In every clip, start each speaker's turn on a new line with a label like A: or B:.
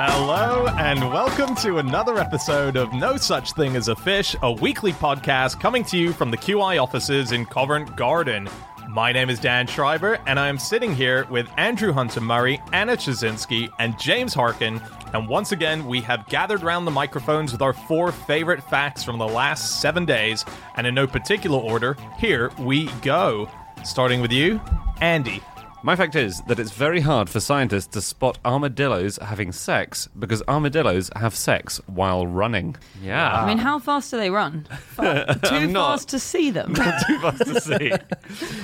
A: Hello, and welcome to another episode of No Such Thing as a Fish, a weekly podcast coming to you from the QI offices in Covent Garden. My name is Dan Schreiber, and I am sitting here with Andrew Hunter Murray, Anna Chazinski, and James Harkin. And once again, we have gathered round the microphones with our four favorite facts from the last seven days, and in no particular order, here we go. Starting with you, Andy.
B: My fact is that it's very hard for scientists to spot armadillos having sex because armadillos have sex while running. Ah. Yeah.
C: I mean, how fast do they run? Too
B: I'm not-
C: fast to see them.
B: Too fast to see.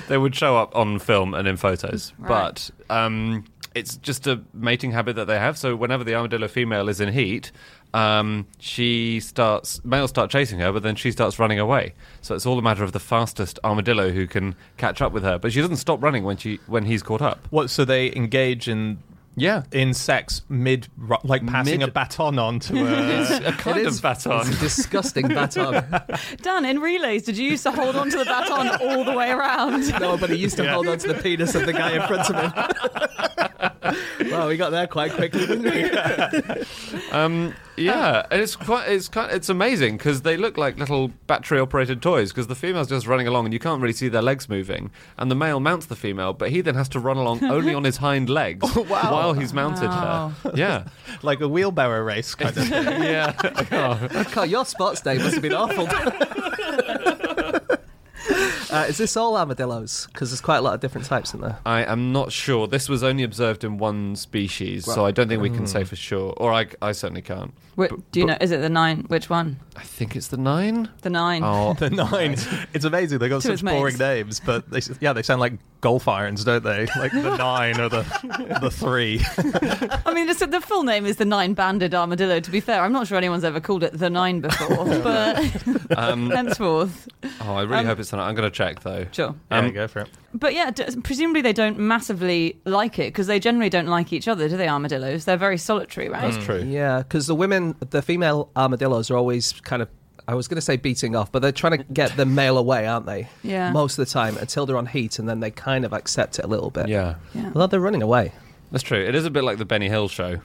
B: they would show up on film and in photos.
C: Right.
B: But um, it's just a mating habit that they have. So whenever the armadillo female is in heat, um, she starts males start chasing her, but then she starts running away. So it's all a matter of the fastest armadillo who can catch up with her. But she doesn't stop running when she when he's caught up.
A: What? So they engage in
B: Yeah.
A: in sex mid ru- like passing
B: Mid-
A: a baton on to a
B: a kind
D: It
B: of
D: is-
B: baton.
D: It's a disgusting baton.
C: Dan, in relays, did you used to hold on to the baton all the way around?
D: No, but he used to hold on to the penis of the guy in front of him. well, we got there quite quickly, didn't we?
B: Um, yeah, and it's quite, it's kind, it's amazing because they look like little battery-operated toys. Because the female's just running along, and you can't really see their legs moving. And the male mounts the female, but he then has to run along only on his hind legs
C: Oh,
B: while he's mounted her. Yeah,
A: like a wheelbarrow race kind of thing.
B: yeah. Oh,
D: God, your sports day must have been awful. Uh, is this all armadillos? Because there's quite a lot of different types in there.
B: I am not sure. This was only observed in one species, so I don't think we can
C: mm.
B: say for sure. Or I, I certainly can't.
C: Wh- do you know? Is it the nine? Which one?
B: I think it's the nine.
C: The nine.
B: Oh,
A: The nine. It's amazing. They got
C: To
A: such
C: his mates.
A: boring names, but they, yeah, they sound like golf irons, don't they? Like the nine or the the three.
C: I mean, it's, the full name is the nine-banded armadillo. To be fair, I'm not sure anyone's ever called it the nine before, but
B: um,
C: henceforth,
B: oh I really
C: Um,
B: hope it's the nine. I'm going to check though.
C: sure.
B: Um,
A: yeah, go for it.
C: But yeah, d- presumably they don't massively like it because they generally don't like each other, do they? Armadillos? They're very solitary, right?
B: That's true.
D: Yeah, because the women, the female armadillos are always kind of. I was going to say beating off, but they're trying to get the male away, aren't they?
C: Yeah.
D: Most of the time, until they're on heat, and then they kind of accept it a little bit.
B: Yeah,
C: Yeah.
D: Although they're running away.
B: that's true. It is a bit like the Benny Hill show.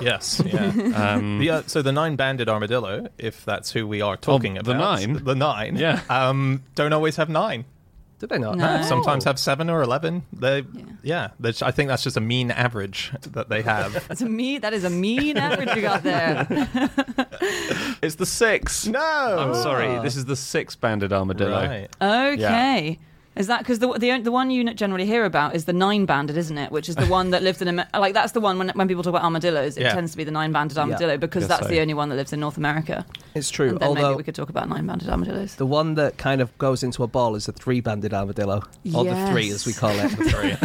A: Yes. Yeah.
B: Um, Oh,
A: The, uh, so the nine-banded armadillo, if that's who we are talking
B: the
A: about,
B: nine?
A: the nine,
B: Yeah.
A: um, don't always have nine.
D: Do they not?
C: No.
A: Sometimes have seven or eleven. They, yeah. yeah I think that's just a mean average that they have.
C: That's a me. That is a mean average you got there.
B: It's the six.
A: No,
B: I'm sorry. This is the six banded armadillo.
A: Right.
C: Okay. Is that because the, the the one you generally hear about is the nine banded, isn't it? Which is the one that lived in Amer- like that's the one when when people talk about armadillos, it
A: Yeah.
C: tends to be the nine banded armadillo because
B: Guess
C: that's
B: so.
C: the only one that lives in North America.
D: It's true.
C: And then
D: although
C: maybe we could talk about nine banded armadillos.
D: The one that kind of goes into a ball is the three-banded armadillo, or the three as we
C: Yes.
D: call it.
A: Sorry.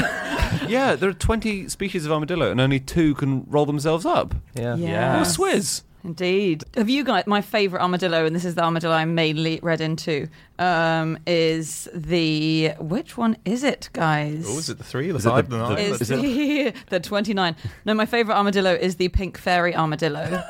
B: Yeah, there are 20 species of armadillo, and only two can roll themselves up.
D: Yeah.
A: Yeah.
B: Or Swiss.
C: Indeed. Have you guys, my favourite armadillo, and this is the armadillo I mainly read into, um, is the. Which one is it, guys?
A: Oh, is it the three? The
B: it
A: five?
B: the-
A: The, nine?
B: the-
C: Is,
B: Is
C: the, the 29. No, my favourite armadillo is the pink fairy armadillo.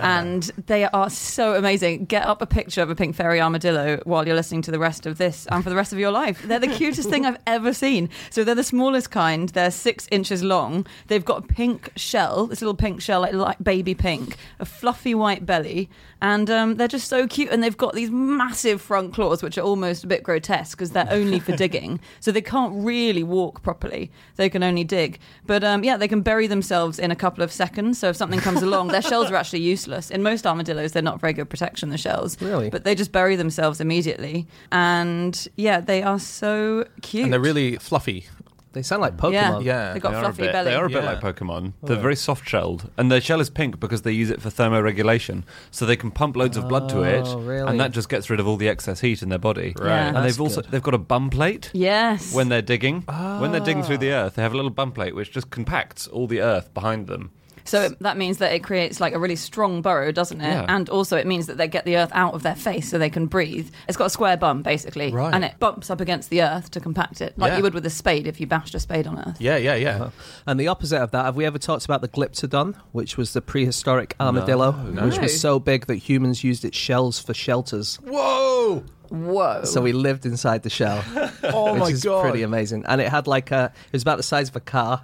C: and they are so amazing. Get up a picture of a pink fairy armadillo while you're listening to the rest of this and for the rest of your life. They're the cutest thing I've ever seen. So they're the smallest kind. They're six inches long. They've got a pink shell, this little pink shell, like, light baby pink, a fluffy white belly. And um, they're just so cute. And they've got these massive front claws, which are almost a bit grotesque because they're only for digging. So they can't really walk properly. They can only dig. But um, yeah, they can bury themselves in a couple of seconds. So if something comes along, their shells are actually useless. In most armadillos, they're not very good protection, the shells.
D: Really?
C: But they just bury themselves immediately. And yeah, they are so cute.
A: And they're really fluffy.
D: They sound like
C: Yeah.
D: Pokemon.
A: Yeah.
C: They've got
B: they, are a
C: fluffy
B: bit,
C: belly.
B: they are a bit
A: Yeah.
B: like Pokemon. They're very soft shelled, and their shell is pink because they use it for thermoregulation. So they can pump loads of blood to it,
D: Oh, really?
B: and that just gets rid of all the excess heat in their body.
C: Yeah.
B: And
D: That's
B: they've also
D: good.
B: they've got a bum plate.
C: Yes.
B: When they're digging, when they're digging through the earth, they have a little bum plate which just compacts all the earth behind them.
C: So it, that means that it creates like a really strong burrow, doesn't it?
B: Yeah.
C: And also it means that they get the earth out of their face so they can breathe. It's got a square bum basically,
A: Right.
C: and it bumps up against the earth to compact it, like
A: Yeah.
C: you would with a spade if you bashed a spade on earth.
A: Yeah, yeah, yeah.
D: And the opposite of that, have we ever talked about the Glyptodon, which was the prehistoric armadillo, which was so big that humans used its shells for shelters.
A: Whoa!
C: Whoa!
D: So we lived inside the shell.
A: Oh
D: which
A: my
D: is
A: god!
D: pretty amazing. And it had like a, it was about the size of a car.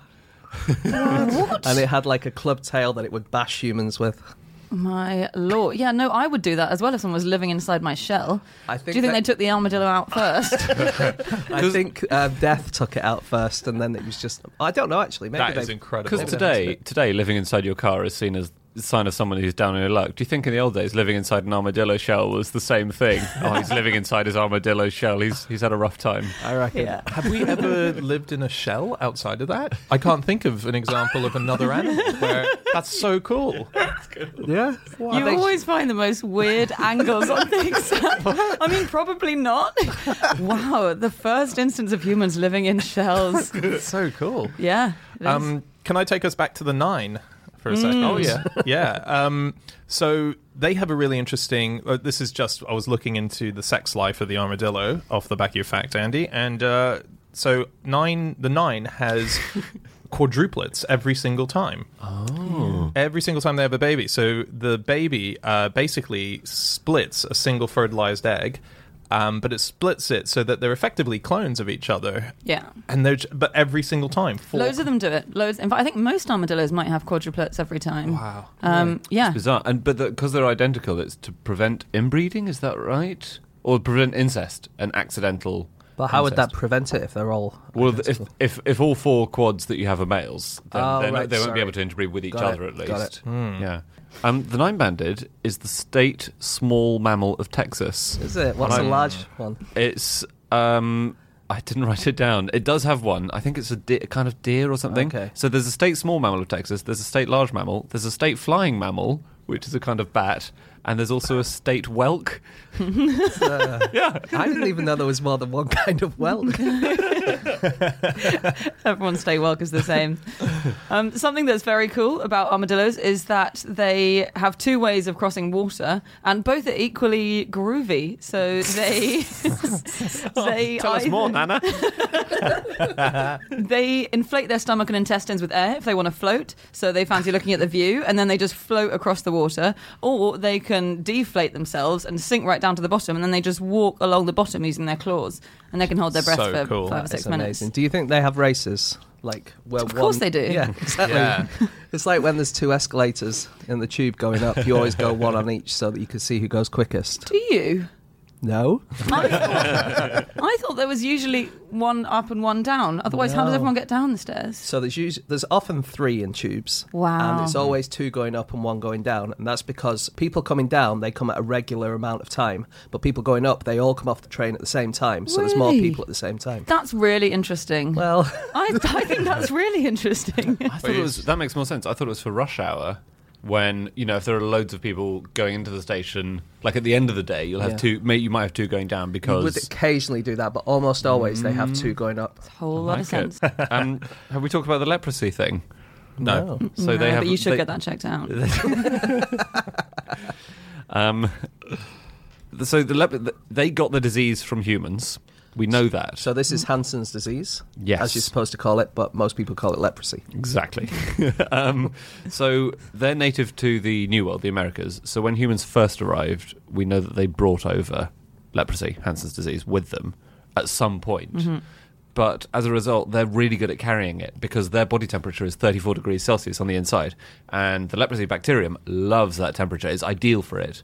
D: and it had like a club tail that it would bash humans with.
C: My lord. Yeah, no, I would do that as well if someone was living inside my shell.
D: I
C: Do
D: think
C: you think
D: that-
C: they took the armadillo out first?
D: I think uh, Death took it out first, and then it was just. I don't know actually. Maybe
A: That
D: they,
A: is incredible.
B: Because
D: Maybe
B: today,
D: that's
B: today, living inside your car is seen as a sign of someone who's down in their luck. Do you think in the old days, living inside an armadillo shell was the same thing? oh, he's living inside his armadillo shell. He's he's had a rough time.
D: I reckon.
C: yeah.
A: Have we ever lived in a shell outside of that? I can't think of an example of another animal where that's so cool.
D: Yeah.
C: You always find the most weird angles on things. I mean, probably not. wow, the first instance of humans living in shells.
A: It's so cool.
C: Yeah. it is.
A: Um, can I take us back to the nine for a second? Oh yeah, yeah. Um, so they have a really interesting. Uh, this is just I was looking into the sex life of the armadillo off the back of your fact, Andy, and uh, so nine. The nine has quadruplets every single time. Oh, every single time they have a baby. So the baby uh, basically splits a single fertilized egg. Um, but it splits it so that they're effectively clones of each other,
C: yeah.
A: and they're j- but every single time. Four.
C: Loads of them do it. Loads. In fact, I think most armadillos might have quadruplets every time.
A: Wow.
C: Um, yeah.
B: Bizarre. And but because they're identical, it's to prevent inbreeding. Is that right? Or prevent incest and accidental.
D: But how would that
B: incest.
D: prevent it if they're all?
B: Well, if,
D: identical?
B: if if all four quads that you have are males, then
D: Oh,
B: they're not-
D: right,
B: they won't
D: sorry.
B: be able to interbreed with each
D: Got
B: other
D: it, Hmm.
B: at least.
D: got it.
B: Yeah. Um, the nine banded is the state small mammal of Texas.
D: is it? What's a
B: I'm-
D: large one?
B: It's um, I didn't write it down. It does have one. I think it's a de- kind of deer or something.
D: Okay.
B: So there's a state small mammal of Texas. There's a state large mammal. There's a state flying mammal, which is a kind of bat, and there's also a state whelk. yeah.
D: I didn't even know there was more than one kind of whelk.
C: Everyone's stay well is the same. um, something that's very cool about armadillos is that they have two ways of crossing water, and both are equally groovy. So they they
B: Tell us more,
C: either-
B: Nana.
C: They inflate their stomach and intestines with air if they want to float. So they fancy looking at the view and then they just float across the water. Or they can deflate themselves and sink right down to the bottom and then they just walk along the bottom using their claws. And they can hold their breath
A: So
C: for
A: cool.
C: five or
D: That's
C: six minutes.
D: amazing. Do you think they have races? Like where
C: Of course
D: one-
C: they do.
D: Yeah, exactly.
A: Yeah.
D: It's like when there's two escalators in the tube going up. You always go one on each so that you can see who goes quickest.
C: Do you?
D: No,
C: I thought, I thought there was usually one up and one down. Otherwise, how does
D: No.
C: everyone get down the stairs?
D: so there's usually, there's often three in tubes.
C: Wow.
D: And it's always two going up and one going down, and that's because people coming down they come at a regular amount of time, but people going up they all come off the train at the same time. So there's more
C: Really?
D: people at the same time.
C: That's really interesting.
D: Well,
C: I, I think that's really interesting.
B: I thought it was that makes more sense. I thought it was for rush hour when you know if there are loads of people going into the station, like at the end of the day, you'll have
D: Yeah.
B: two. May, you might have two going down
D: you would
B: because.
D: occasionally do that, but almost always they have two going up.
C: A whole lot of
B: Like it.
C: sense.
B: um, have we talked about the leprosy thing?
A: No.
D: Hmm.
B: So
C: No,
B: they have.
C: but you should
B: they-
C: get that checked out.
B: Um, the- so the leper, th- they got the disease from humans. We know that.
D: So this is Hansen's disease,
B: Yes.
D: as you're supposed to call it, but most people call it leprosy.
B: exactly. um, so they're native to the New World, the Americas. So when humans first arrived, we know that they brought over leprosy, Hansen's disease, with them at some point.
D: Mm-hmm.
B: But as a result, they're really good at carrying it because their body temperature is 34 degrees Celsius on the inside. And the leprosy bacterium loves that temperature. It's ideal for it.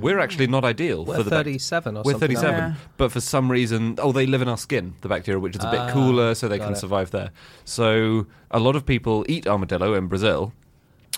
B: We're actually not ideal
D: Ah. We're
B: for the bac-
D: 37 or
B: We're
D: something.
B: 37,
C: Yeah.
B: but for some reason, oh, they live in our skin, the bacteria, which is a
C: Ah,
B: bit cooler, so they
D: got
B: can
D: it.
B: survive there. So a lot of people eat armadillo in Brazil,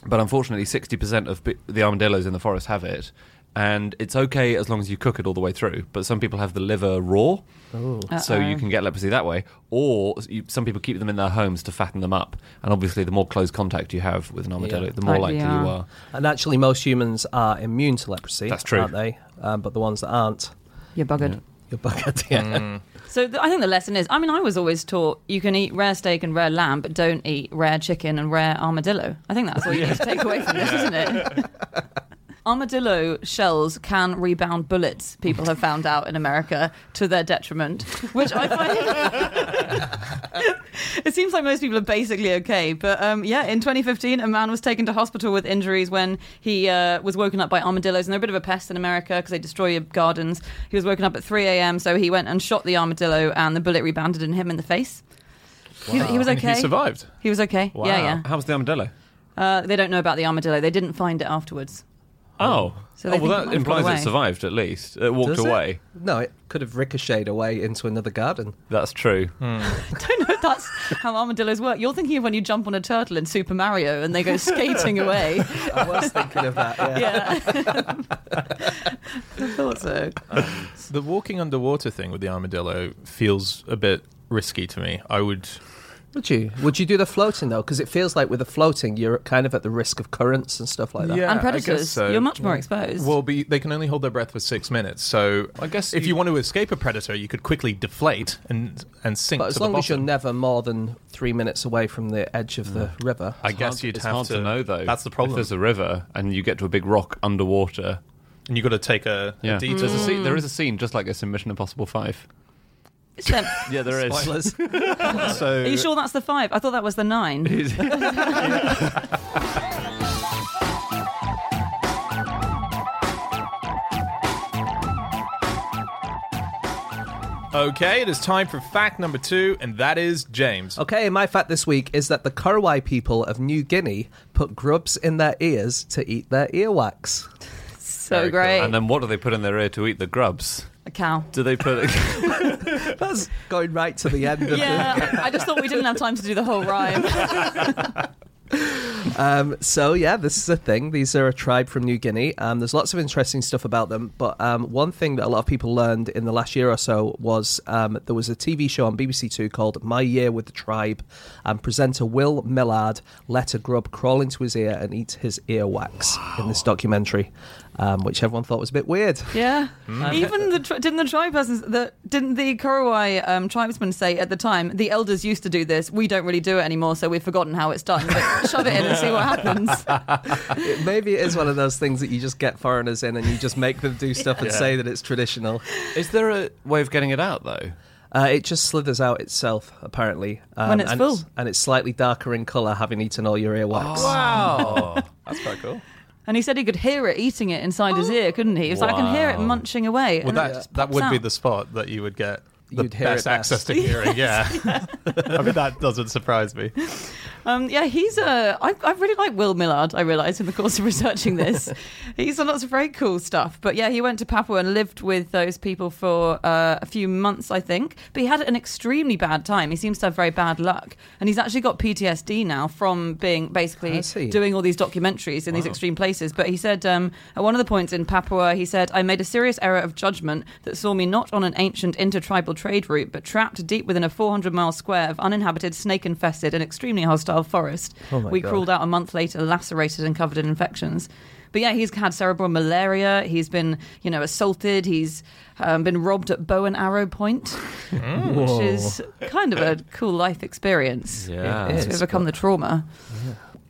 B: but unfortunately, 60% of bi- the armadillos in the forest have it. And it's okay as long as you cook it all the way through, but some people have the liver raw, so you
C: Oh. Uh-oh.
B: can get leprosy that way. Or you, some people keep them in their homes to fatten them up. And obviously, the more close contact you have with an armadillo,
D: Yeah.
B: the more
C: Like
B: likely
C: we
B: you
C: are.
B: are.
D: And actually, most humans are immune to leprosy.
B: That's true.
D: aren't they? Um, but the ones that aren't,
C: You're buggered.
D: you're buggered. Yeah.
B: Mm,
C: So th- I think the lesson is I mean, I was always taught you can eat rare steak and rare lamb, but don't eat rare chicken and rare armadillo. I think that's all you need to take away from this, isn't it? Armadillo shells can rebound bullets, people have found out in America, to their detriment, which I find. it seems like most people are basically okay. But um, yeah, in 2015, a man was taken to hospital with injuries when he uh, was woken up by armadillos. And they're a bit of a pest in America because they destroy your gardens. He was woken up at 3 a.m., so he went and shot the armadillo, and the bullet rebounded in him in the face. He, he was
A: And
C: okay.
A: He survived.
C: He was okay. Yeah, yeah.
B: How was the armadillo?
C: Uh, they don't know about the armadillo. They didn't find it afterwards.
B: Oh.
C: So they
B: oh,
C: think it
B: well,
C: might
B: that
C: have
B: implies
C: gone
B: it
C: away.
B: survived at least. It walked
D: Does it?
B: away.
D: No, it could have ricocheted away into another garden.
B: That's true.
C: don't know if that's how armadillos work. You're thinking of when you jump on a turtle in Super Mario and they go skating away.
D: I was thinking of that. Yeah.
C: Yeah. I thought so.
A: The walking underwater thing with the armadillo feels a bit risky to me. I would.
D: Would you? Would you do the floating though? Because it feels like with the floating, you're kind of at the risk of currents and stuff like that.
A: Yeah,
C: and
A: I guess
C: predators.
A: so.
C: You're much more exposed.
A: Well, be they can only hold their breath for six minutes. So I guess if you, want to escape a predator, you could quickly deflate and and sink
D: But
A: to
D: as
A: the
D: long as you're
A: bottom.
D: never more than three minutes away from the edge of the river,
A: I guess
B: Hard-
A: you'd
B: it's
A: have
B: hard to, know though.
A: That's the
B: If
A: problem.
B: there's a river and you get to a big rock underwater.
A: and you got to take a, a
B: Yeah. Mm.
A: detour.
B: There's a
C: Mm.
B: scene, there is a scene just like this in Mission Impossible 5.
C: It's them.
B: Yeah, there is.
D: Spoilers.
A: So
C: Are you sure that's the five? I thought that was the nine.
A: okay, it is time for fact number two, and that is James.
D: Okay, my fact this week is that the Korowai people of New Guinea put grubs in their ears to eat their earwax.
C: So
A: Very cool. um,
C: great.
B: and then what do they put in their ear to eat the grubs?
C: a cow.
B: Do they put
D: That's going right to the end of
C: Yeah, I just thought we didn't have time to do the whole rhyme.
D: Um, so yeah, this is a thing. These are a tribe from New Guinea. Um, there's lots of interesting stuff about them, but um, one thing that a lot of people learned in the last year or so was um, there was a TV show on BBC Two called My Year with the Tribe, and presenter Will Millard let a grub crawl into his ear and eat his earwax in this documentary, um, which everyone thought was a bit weird.
C: Yeah.
A: Hmm.
C: Even the tri- didn't the tribe persons the didn't the Korowai um, tribesmen say at the time the elders used to do this. We don't really do it anymore, so we've forgotten how it's done. But shove it in and see what happens.
D: It- maybe it is one of those things that you just get foreigners in and you just make them do stuff and
A: Yeah.
D: say that it's traditional.
B: Is there a way of getting it out though?
D: Uh, it just slithers out itself, apparently. Um,
C: When it's
D: and
C: full. Oh,
D: and it's slightly darker in colour, having eaten all your earwax.
B: Wow.
A: That's quite cool.
C: And he said he could hear it eating it inside his ear, couldn't he? He was like, I can hear it
B: Wow.
C: munching away.
A: Well,
C: and then it
A: that
C: just
A: that
C: pops
A: would be
C: out.
A: the spot that you would get the
D: You'd hear it
A: best access
D: best.
A: to hearing. Yeah, I mean that doesn't surprise me.
C: Um, yeah, he's a. I, I really like Will Millard. I realised in the course of researching this, he's done lots of very cool stuff. But yeah, he went to Papua and lived with those people for uh, a few months, I think. But he had an extremely bad time. He seems to have very bad luck, and he's actually got PTSD now from being basically
D: I see.
C: doing all these documentaries in these extreme places. But he said um, at one of the points in Papua, he said, "I made a serious error of judgment that saw me not on an ancient intertribal trade route, but trapped deep within a 400-mile square of uninhabited, snake-infested, and extremely hostile forest.
D: Oh my
C: we
D: God.
C: crawled out a month later, lacerated and covered in infections." But yeah, he's had cerebral malaria. He's been, you know, assaulted. He's um, been robbed at bow and arrow point,
D: Hmm.
C: which is kind of a cool life experience.
B: Yeah.
D: It is.
C: To overcome the trauma.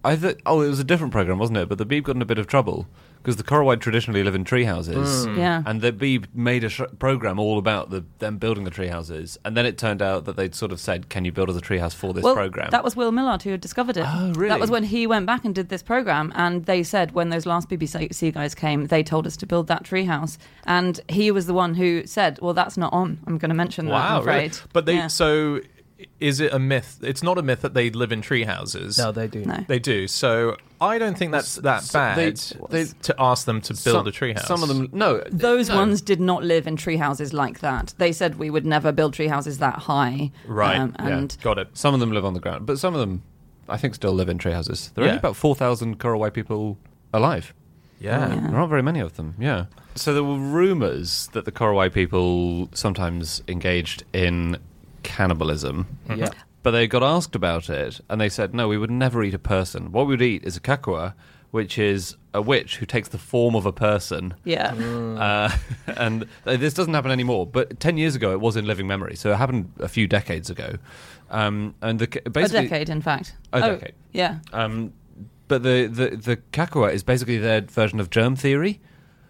B: I th- oh, it was a different program, wasn't it? But the Beeb got in a bit of trouble because the Korowai traditionally live in tree houses.
A: Mm.
C: Yeah.
B: And the Beeb made a sh- program all about the, them building the tree houses. And then it turned out that they'd sort of said, "Can you build us a tree house for this
C: well,
B: program?"
C: That was Will Millard who had discovered it.
B: Oh, really?
C: That was when he went back and did this program, and they said when those last BBC guys came, they told us to build that treehouse, and he was the one who said, "Well, that's not on. I'm going to mention that." I'm
A: Wow,
C: afraid.
A: really? But they
C: Yeah.
A: so is it a myth? It's not a myth that they live in tree houses.
D: No, they do.
C: No.
A: They do. So I don't think that's that
B: so
A: bad
B: they- they-
A: to ask them to build
B: some,
A: a treehouse.
B: Some of them, no,
C: Those
B: no.
C: ones did not live in tree houses like that. They said we would never build tree houses that high. um,
A: right? yeah.
C: and
A: got it.
B: Some of them live on the ground, but some of them, I think, still live in tree houses. There are
A: Yeah.
B: only about four thousand Korowai people alive.
A: Yeah.
C: Yeah.
B: There aren't very many of them, yeah. So there were rumours that the Korowai people sometimes engaged in
A: Mm.
B: cannibalism.
D: Yeah.
B: But they got asked about it, and they said, no, we would never eat a person. What we would eat is a kakua, which is a witch who takes the form of a person.
C: yeah.
B: Uh, and uh, this doesn't happen anymore, but 10 years ago it was in living memory, so it happened a few decades ago. Um, and the, ca-
C: a
B: basically,
C: decade, in fact.
B: A
C: Oh,
B: decade.
C: yeah.
B: um, but the, the the kakua is basically their version of germ theory.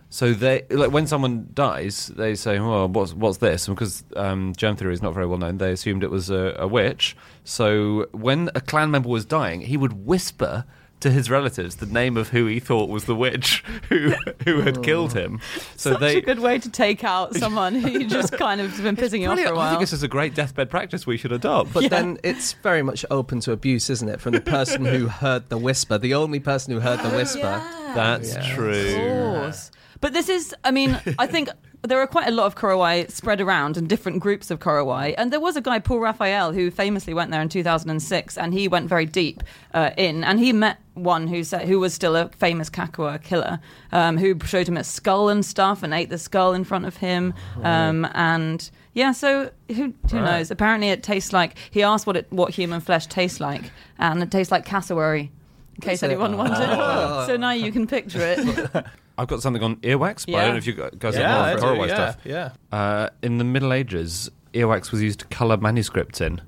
B: So they like when someone dies, they say, "Well, what's what's this?" And because um, germ theory is not very well known, they assumed it was a, a witch. So when a clan member was dying, he would whisper to his relatives the name of who he thought was the witch who who had killed him. So
C: Such
B: they.
C: a good way to take out someone who you just kind of been pissing you off for
B: Brilliant.
C: a
B: I think
C: while.
B: this is a great deathbed practice we should adopt.
D: But then it's very much open to abuse, isn't it? From the person who heard the whisper, the only person who heard
C: Oh,
D: the whisper.
B: That's
D: Yeah.
C: Of
B: true.
C: course. But this is, I mean, I think there are quite a lot of Korowai spread around and different groups of Korowai. And there was a guy, Paul Raphael, who famously went there in 2006 and he went very deep uh, in. And he met one who said, who was still a famous Kakua killer, um, who showed him a skull and stuff and ate the skull in front of him.
D: Oh,
C: Um, and yeah, so who, who
A: Right.
C: knows? Apparently it tastes like, he asked what, it, what human flesh tastes like. And it tastes like cassowary. In case
D: it? Ah.
C: anyone wondered, so now you can picture it.
B: I've got something on earwax, but I
C: Yeah.
B: don't know if you guys
A: yeah,
B: have
A: I
B: more
A: do,
B: Horoway
A: yeah,
B: stuff.
A: Yeah.
B: Uh, in the Middle Ages, earwax was used to colour manuscripts in.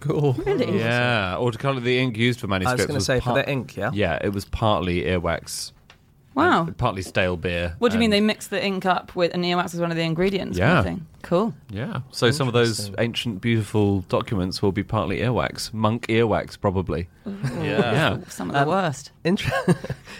D: Cool.
C: Really?
B: Yeah, or to colour the ink used for
D: I
B: manuscripts.
D: was going to
B: was
D: say for
B: par-
D: the ink, yeah.
B: Yeah, it was partly earwax.
C: Wow.
B: and Partly stale beer.
C: Oh. What do you mean
B: and-
C: they mix the ink up with, and earwax is one of the ingredients? kind of
B: Yeah.
C: thing? Cool.
B: Yeah. So some of those ancient, beautiful documents will be partly earwax, monk earwax, probably.
C: Oh.
A: Yeah.
B: Yeah.
C: Some of the
D: Um,
C: worst.
D: Inter-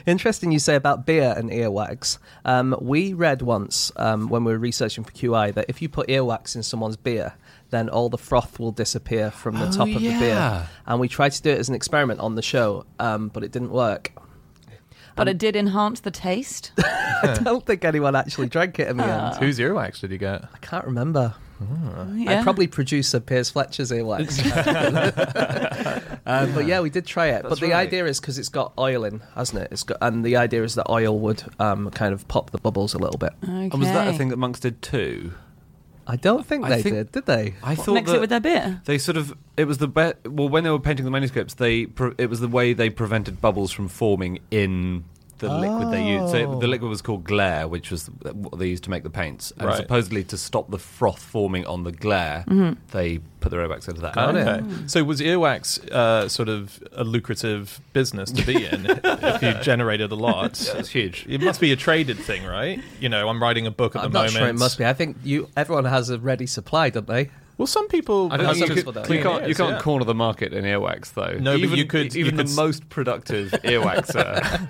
D: Interesting you say about beer and earwax. Um, we read once um, when we were researching for QI that if you put earwax in someone's beer, then all the froth will disappear from the
B: Oh,
D: top of the
B: yeah.
D: beer. And we tried to do it as an experiment on the show, um, but it didn't work.
B: um,
C: But it did enhance the taste.
D: I don't think anyone actually drank it in the
C: Ah.
D: end.
A: Whose earwax did you get?
D: I can't remember.
C: Oh, yeah.
D: I probably producer Piers Fletcher's earwax. um, but yeah, we did try it. but the
B: Uh, right.
D: idea is because it's got oil in, hasn't it? It's got, and the idea is that oil would um, kind of pop the bubbles a little bit.
C: Okay.
B: And was that a thing that monks did too?
D: I don't think
B: I
D: they
B: think-
D: did, did they?
B: I thought
C: Mix
B: that
C: it with their beer.
B: they sort of it was the be- well when they were painting the manuscripts they pre- it was the way they prevented bubbles from forming in the liquid they used. So the liquid was called glaire, which was what they used to make the paints. And
A: Right.
B: supposedly to stop the froth forming on the glaire, they put the earwax into that.
D: Got it.
A: So was earwax uh, sort of a lucrative business to be in if you generated a lot?
B: That's huge.
A: It must be a traded thing, right? You know, I'm writing a book at
D: I'm
A: the
D: not
A: moment.
D: sure it must be. I think you everyone has a ready supply, don't they?
A: Well, some people.
B: I don't
D: Well,
B: think
D: some
B: you,
D: people
B: could,
D: don't.
B: you can't, you
A: Yes,
B: can't
A: yeah.
B: corner the market in earwax though.
A: No, but
B: even,
A: you could- you
B: even
A: could
B: the
A: s-
B: most productive earwaxer.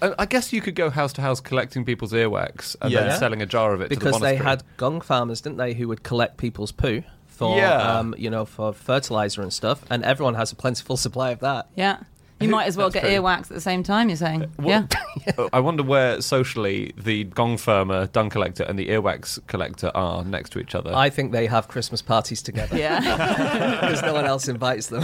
B: Uh, I guess you could go house to house collecting people's earwax and
A: Yeah.
B: then selling a jar of it
D: Because
B: to the
D: they
B: monastery.
D: had gong farmers, didn't they, who would collect people's poo for
B: Yeah.
D: um, you know for fertilizer and stuff, and everyone has a plentiful supply of that.
C: Yeah. You might as well get
B: That's true.
C: earwax at the same time, you're saying?
B: What-
C: Yeah.
B: I wonder where socially the gong firmer, dung collector, and the earwax collector are next to each other.
D: I think they have Christmas parties together
C: Yeah.
D: because no one else invites them.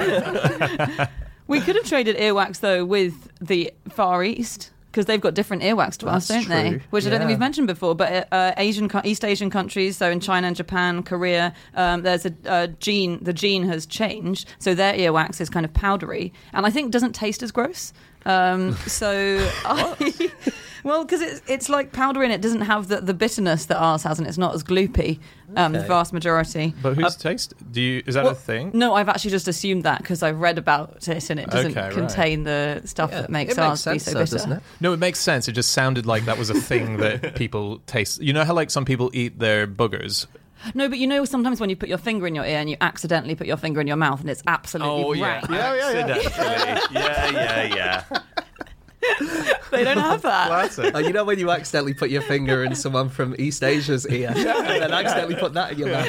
C: we could have traded earwax, though, with the Far East. Because they've got different earwax to us, don't
D: That's
C: they?
D: true.
C: Which I don't think
D: Yeah.
C: we've mentioned before. But uh, uh, Asian, co- East Asian countries, so in China and Japan, Korea, um, there's a uh, gene. The gene has changed, so their earwax is kind of powdery, and I think doesn't taste as gross. Um, so, I, well, because it's it's like powdery and it doesn't have the, the bitterness that ours has, and it's not as gloopy. Um, The
D: Okay.
C: vast majority.
A: But whose taste? Do you? Is that
C: Well,
A: a thing?
C: No, I've actually just assumed that because I've read about it and it doesn't
A: Okay, right.
C: contain the stuff that makes
D: it
C: ours
D: makes sense,
C: be so
D: though,
C: bitter.
D: doesn't it?
A: No, it makes sense. It just sounded like that was a thing that people taste. You know how like some people eat their boogers.
C: No, but you know sometimes when you put your finger in your ear and you accidentally put your finger in your mouth and it's absolutely rank.
A: Oh, yeah, yeah, yeah.
B: yeah, yeah, yeah.
C: They don't have that.
A: Classic.
D: Oh, you know when you accidentally put your finger in someone from East Asia's ear, and then accidentally put that in your mouth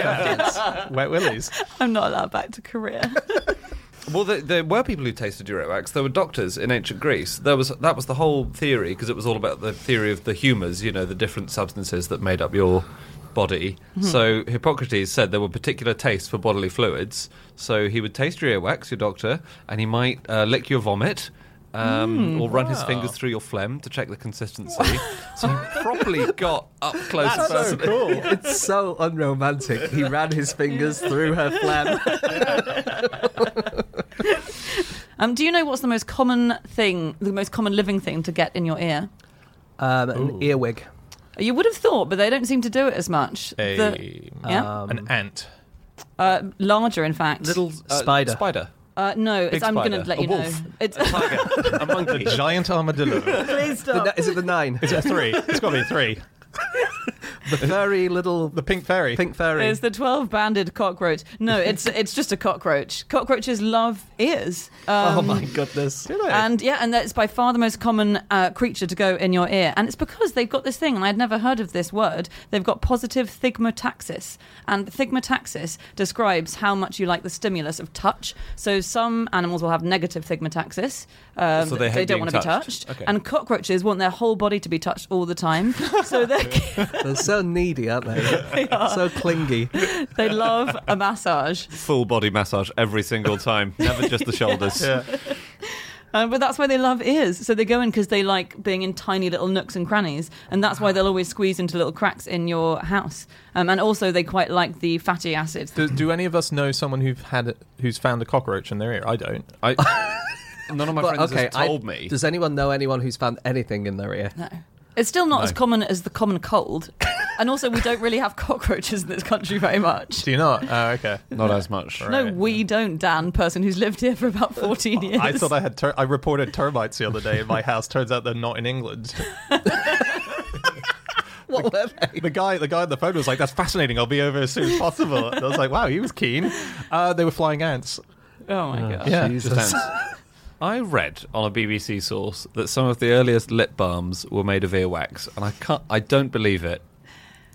D: afterwards?
A: Wet willies.
C: I'm not allowed back to Korea.
B: Well, there, there were people who tasted earwax. There were doctors in ancient Greece. There was that was the whole theory because it was all about the theory of the humours. You know, the different substances that made up your body.
D: Mm-hmm.
B: So Hippocrates said there were particular tastes for bodily fluids. So he would taste your earwax, your doctor, and he might uh, lick your vomit. Um,
D: Mm,
B: or run his fingers through your phlegm to check the consistency. so he probably got up close. and
D: so
B: personal.
A: Cool.
D: It's so unromantic. He ran his fingers through her phlegm.
C: Um, do you know what's the most common thing, the most common living thing to get in your ear?
D: Um, an earwig.
C: You would have thought, but they don't seem to do it as much.
A: A, um,
C: The- yeah,
D: Um,
A: an ant.
C: uh, larger in fact.
B: Little uh,
D: Spider.
B: Spider.
C: uh, no, it's,
B: big
C: I'm going to
B: spider.
C: let
B: A
C: you
B: wolf.
C: know. It's
B: Tiger. A
A: A
B: monkey.
A: giant armadillo.
C: please
D: The
C: stop.
D: ni- is it the nine?
A: Is it a three? It's got to be a three.
D: The furry little
A: The pink fairy.
D: pink fairy.
C: It's the twelve-banded cockroach. No, it's it's just a cockroach. Cockroaches love ears. Um,
D: oh my goodness!
C: And yeah, and that's by far the most common uh, creature to go in your ear. And it's because they've got this thing, and I'd never heard of this word. They've got positive thigmotaxis. And thigmotaxis describes how much you like the stimulus of touch. So some animals will have negative thigmotaxis. Um,
E: So they hate being
C: don't want to be
E: touched.
C: touched.
E: Okay.
C: And cockroaches want their whole body to be touched all the time. so they
D: They're so needy, aren't they? So clingy.
C: they love a massage.
B: Full body massage every single time, never just the shoulders.
C: Uh, but that's why they love ears. So they go in because they like being in tiny little nooks and crannies, and that's why they'll always squeeze into little cracks in your house. Um, and also, they quite like the fatty acids.
A: Do, do any of us know someone who've had who's found a cockroach in their ear? I don't.
B: I, none of my
D: But
B: friends
D: okay,
B: has
D: I-
B: told me.
D: Does anyone know anyone who's found anything in their ear?
C: It's still not
B: No.
C: as common as the common cold, and also we don't really have cockroaches in this country very much.
A: Do you not? Oh, okay.
B: Not as much.
A: Right.
C: No, we don't, Dan, person who's lived here for about 14 years.
A: I thought I had. Ter- I reported termites the other day in my house. Turns out they're not in England.
D: What were they?
A: The guy, the guy on the phone was like, "That's fascinating. I'll be over as soon as possible." And I was like, "Wow, he was keen." Uh, they were flying ants.
C: Oh my god.
A: Yeah.
D: Jesus.
B: Just ants. I read on a BBC source that some of the earliest lip balms were made of earwax, and I can't. I don't believe it.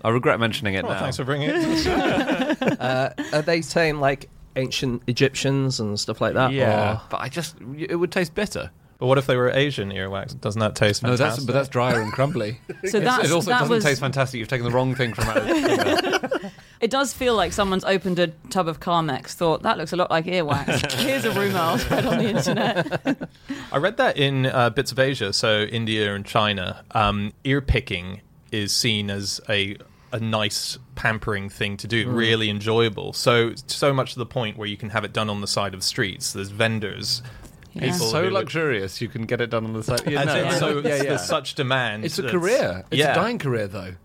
B: I regret mentioning it
A: Oh,
B: now.
A: thanks for bringing it. to the show.
D: Uh, are they saying like ancient Egyptians and stuff like that?
B: yeah,
D: or-
B: Uh, but I just it would taste bitter.
A: but what if they were Asian earwax? Doesn't that taste?
B: No, that's
A: fantastic?
B: but that's drier and crumbly.
C: So that's,
B: it also
C: that
B: doesn't
C: was,
B: taste fantastic. You've taken the wrong thing from out.
C: It does feel like someone's opened a tub of Carmex, thought that looks a lot like earwax. Here's a rumor I'll spread on the internet.
A: I read that in uh, bits of Asia, so India and China, um, ear picking is seen as a a nice pampering thing to do, really enjoyable. So so much to the point where you can have it done on the side of streets. There's vendors.
C: Yeah.
A: People
B: so
A: who would-
B: luxurious, you can get it done on the side. Yeah,
A: As
B: no,
A: in,
C: Yeah.
A: So
B: yeah, yeah.
A: there's such demand.
B: It's a
A: that's-
B: career. It's
A: yeah.
B: a dying career, though.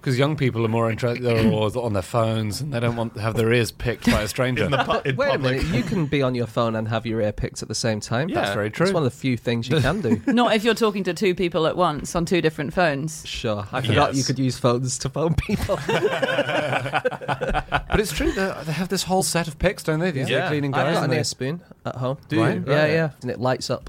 B: Because young people are more interested, they're always on their phones, and they don't want to have their ears picked by a stranger.
A: in the pu- in
D: Wait a
A: public.
D: minute, you can be on your phone and have your ear picked at the same time.
B: Yeah. That's very
D: It's
B: true.
D: one of the few things you can do.
C: Not if you're talking to two people at once on two different phones.
D: Sure. I forgot
A: Yes.
D: you could use phones to phone people.
B: but it's true, they they have this whole set of picks, don't they? These
A: Yeah.
B: ear cleaning
D: I've
B: guys. and
D: got an
B: they-
D: ear spoon at home.
A: Do you?
B: Right.
D: Yeah,
A: Right.
D: yeah. And it lights up.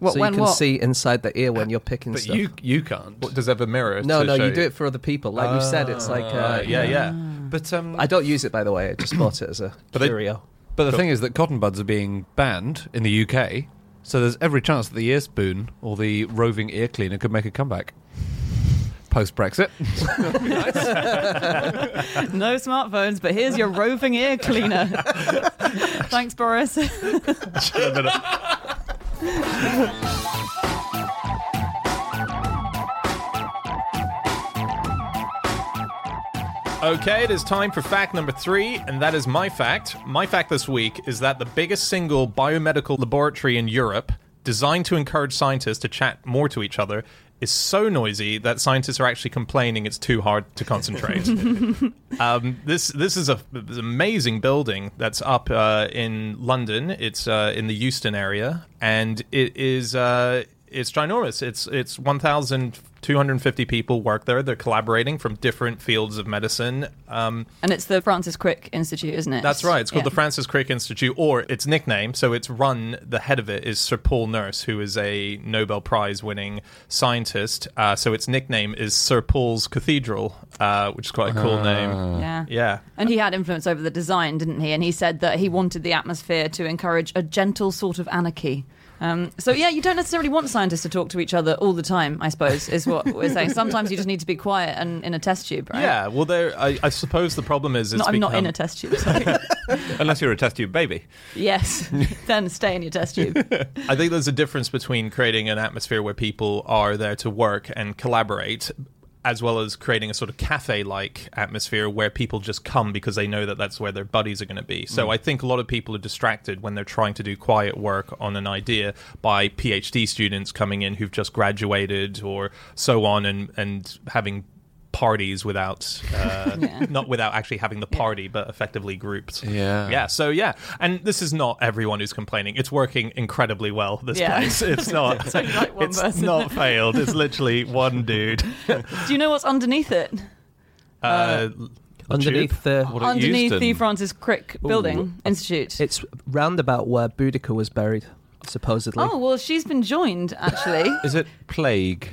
C: What,
D: so you
C: when,
D: can
C: what?
D: see inside the ear when you're picking
B: but
D: stuff.
B: you you can't.
A: What, does it have a mirror?
D: no,
A: to
D: no,
A: show
D: you do it for other people. Like you said, it's like. Uh,
A: Uh, yeah, yeah.
B: But um,
D: I don't use it, by the way. I just bought it as a
A: they-
D: curio.
B: but the thing is that cotton buds are being banned in the UK, so there's every chance that the ear spoon or the roving ear cleaner could make a comeback. Post Brexit,
C: No smartphones, but here's your roving ear cleaner. Thanks, Boris.
A: Okay, it is time for fact number three, and that is my fact. My fact this week is that the biggest single biomedical laboratory in Europe, designed to encourage scientists to chat more to each other, is so noisy that scientists are actually complaining it's too hard to concentrate. um, this this is a this amazing building that's up uh, in London. It's uh, in the Euston area, and it is uh, it's ginormous. It's it's one thousand two hundred fifty people work there. They're collaborating from different fields of medicine. Um,
C: and it's the Francis Crick Institute, isn't it?
A: that's right. It's called
C: Yeah.
A: the Francis Crick Institute, or its nickname. So it's run. The head of it is Sir Paul Nurse, who is a Nobel Prize-winning scientist. Uh, so its nickname is Sir Paul's Cathedral, uh, which is quite a cool
B: Ah.
A: name.
C: Yeah.
A: Yeah.
C: And he had influence over the design, didn't he? And he said that he wanted the atmosphere to encourage a gentle sort of anarchy. Um, so yeah, you don't necessarily want scientists to talk to each other all the time. I suppose is what we're saying. Sometimes you just need to be quiet and in a test tube, right?
A: Yeah, well, there. I, I suppose the problem is, it's
C: No, I'm not
A: become-
C: in a test tube. Sorry.
B: unless you're a test tube baby.
C: yes. then stay in your test tube.
A: I think there's a difference between creating an atmosphere where people are there to work and collaborate, as well as creating a sort of cafe-like atmosphere where people just come because they know that that's where their buddies are going to be. So I think a lot of people are distracted when they're trying to do quiet work on an idea by PhD students coming in who've just graduated or so on, and and having parties without uh,
C: Yeah.
A: not without actually having the party but effectively groups
B: Yeah.
A: yeah so yeah and this is not everyone who's complaining it's working incredibly well this
C: Yeah.
A: place it's not it's,
C: only like one person.
A: not failed it's literally one dude
C: Do you know what's underneath it?
A: Uh,
D: underneath the.
B: What at
C: underneath
B: Euston.
C: the Francis Crick Building
D: Ooh.
C: Institute.
D: It's roundabout where Boudica was buried, supposedly.
C: Oh well, she's been joined actually.
B: Is it plague?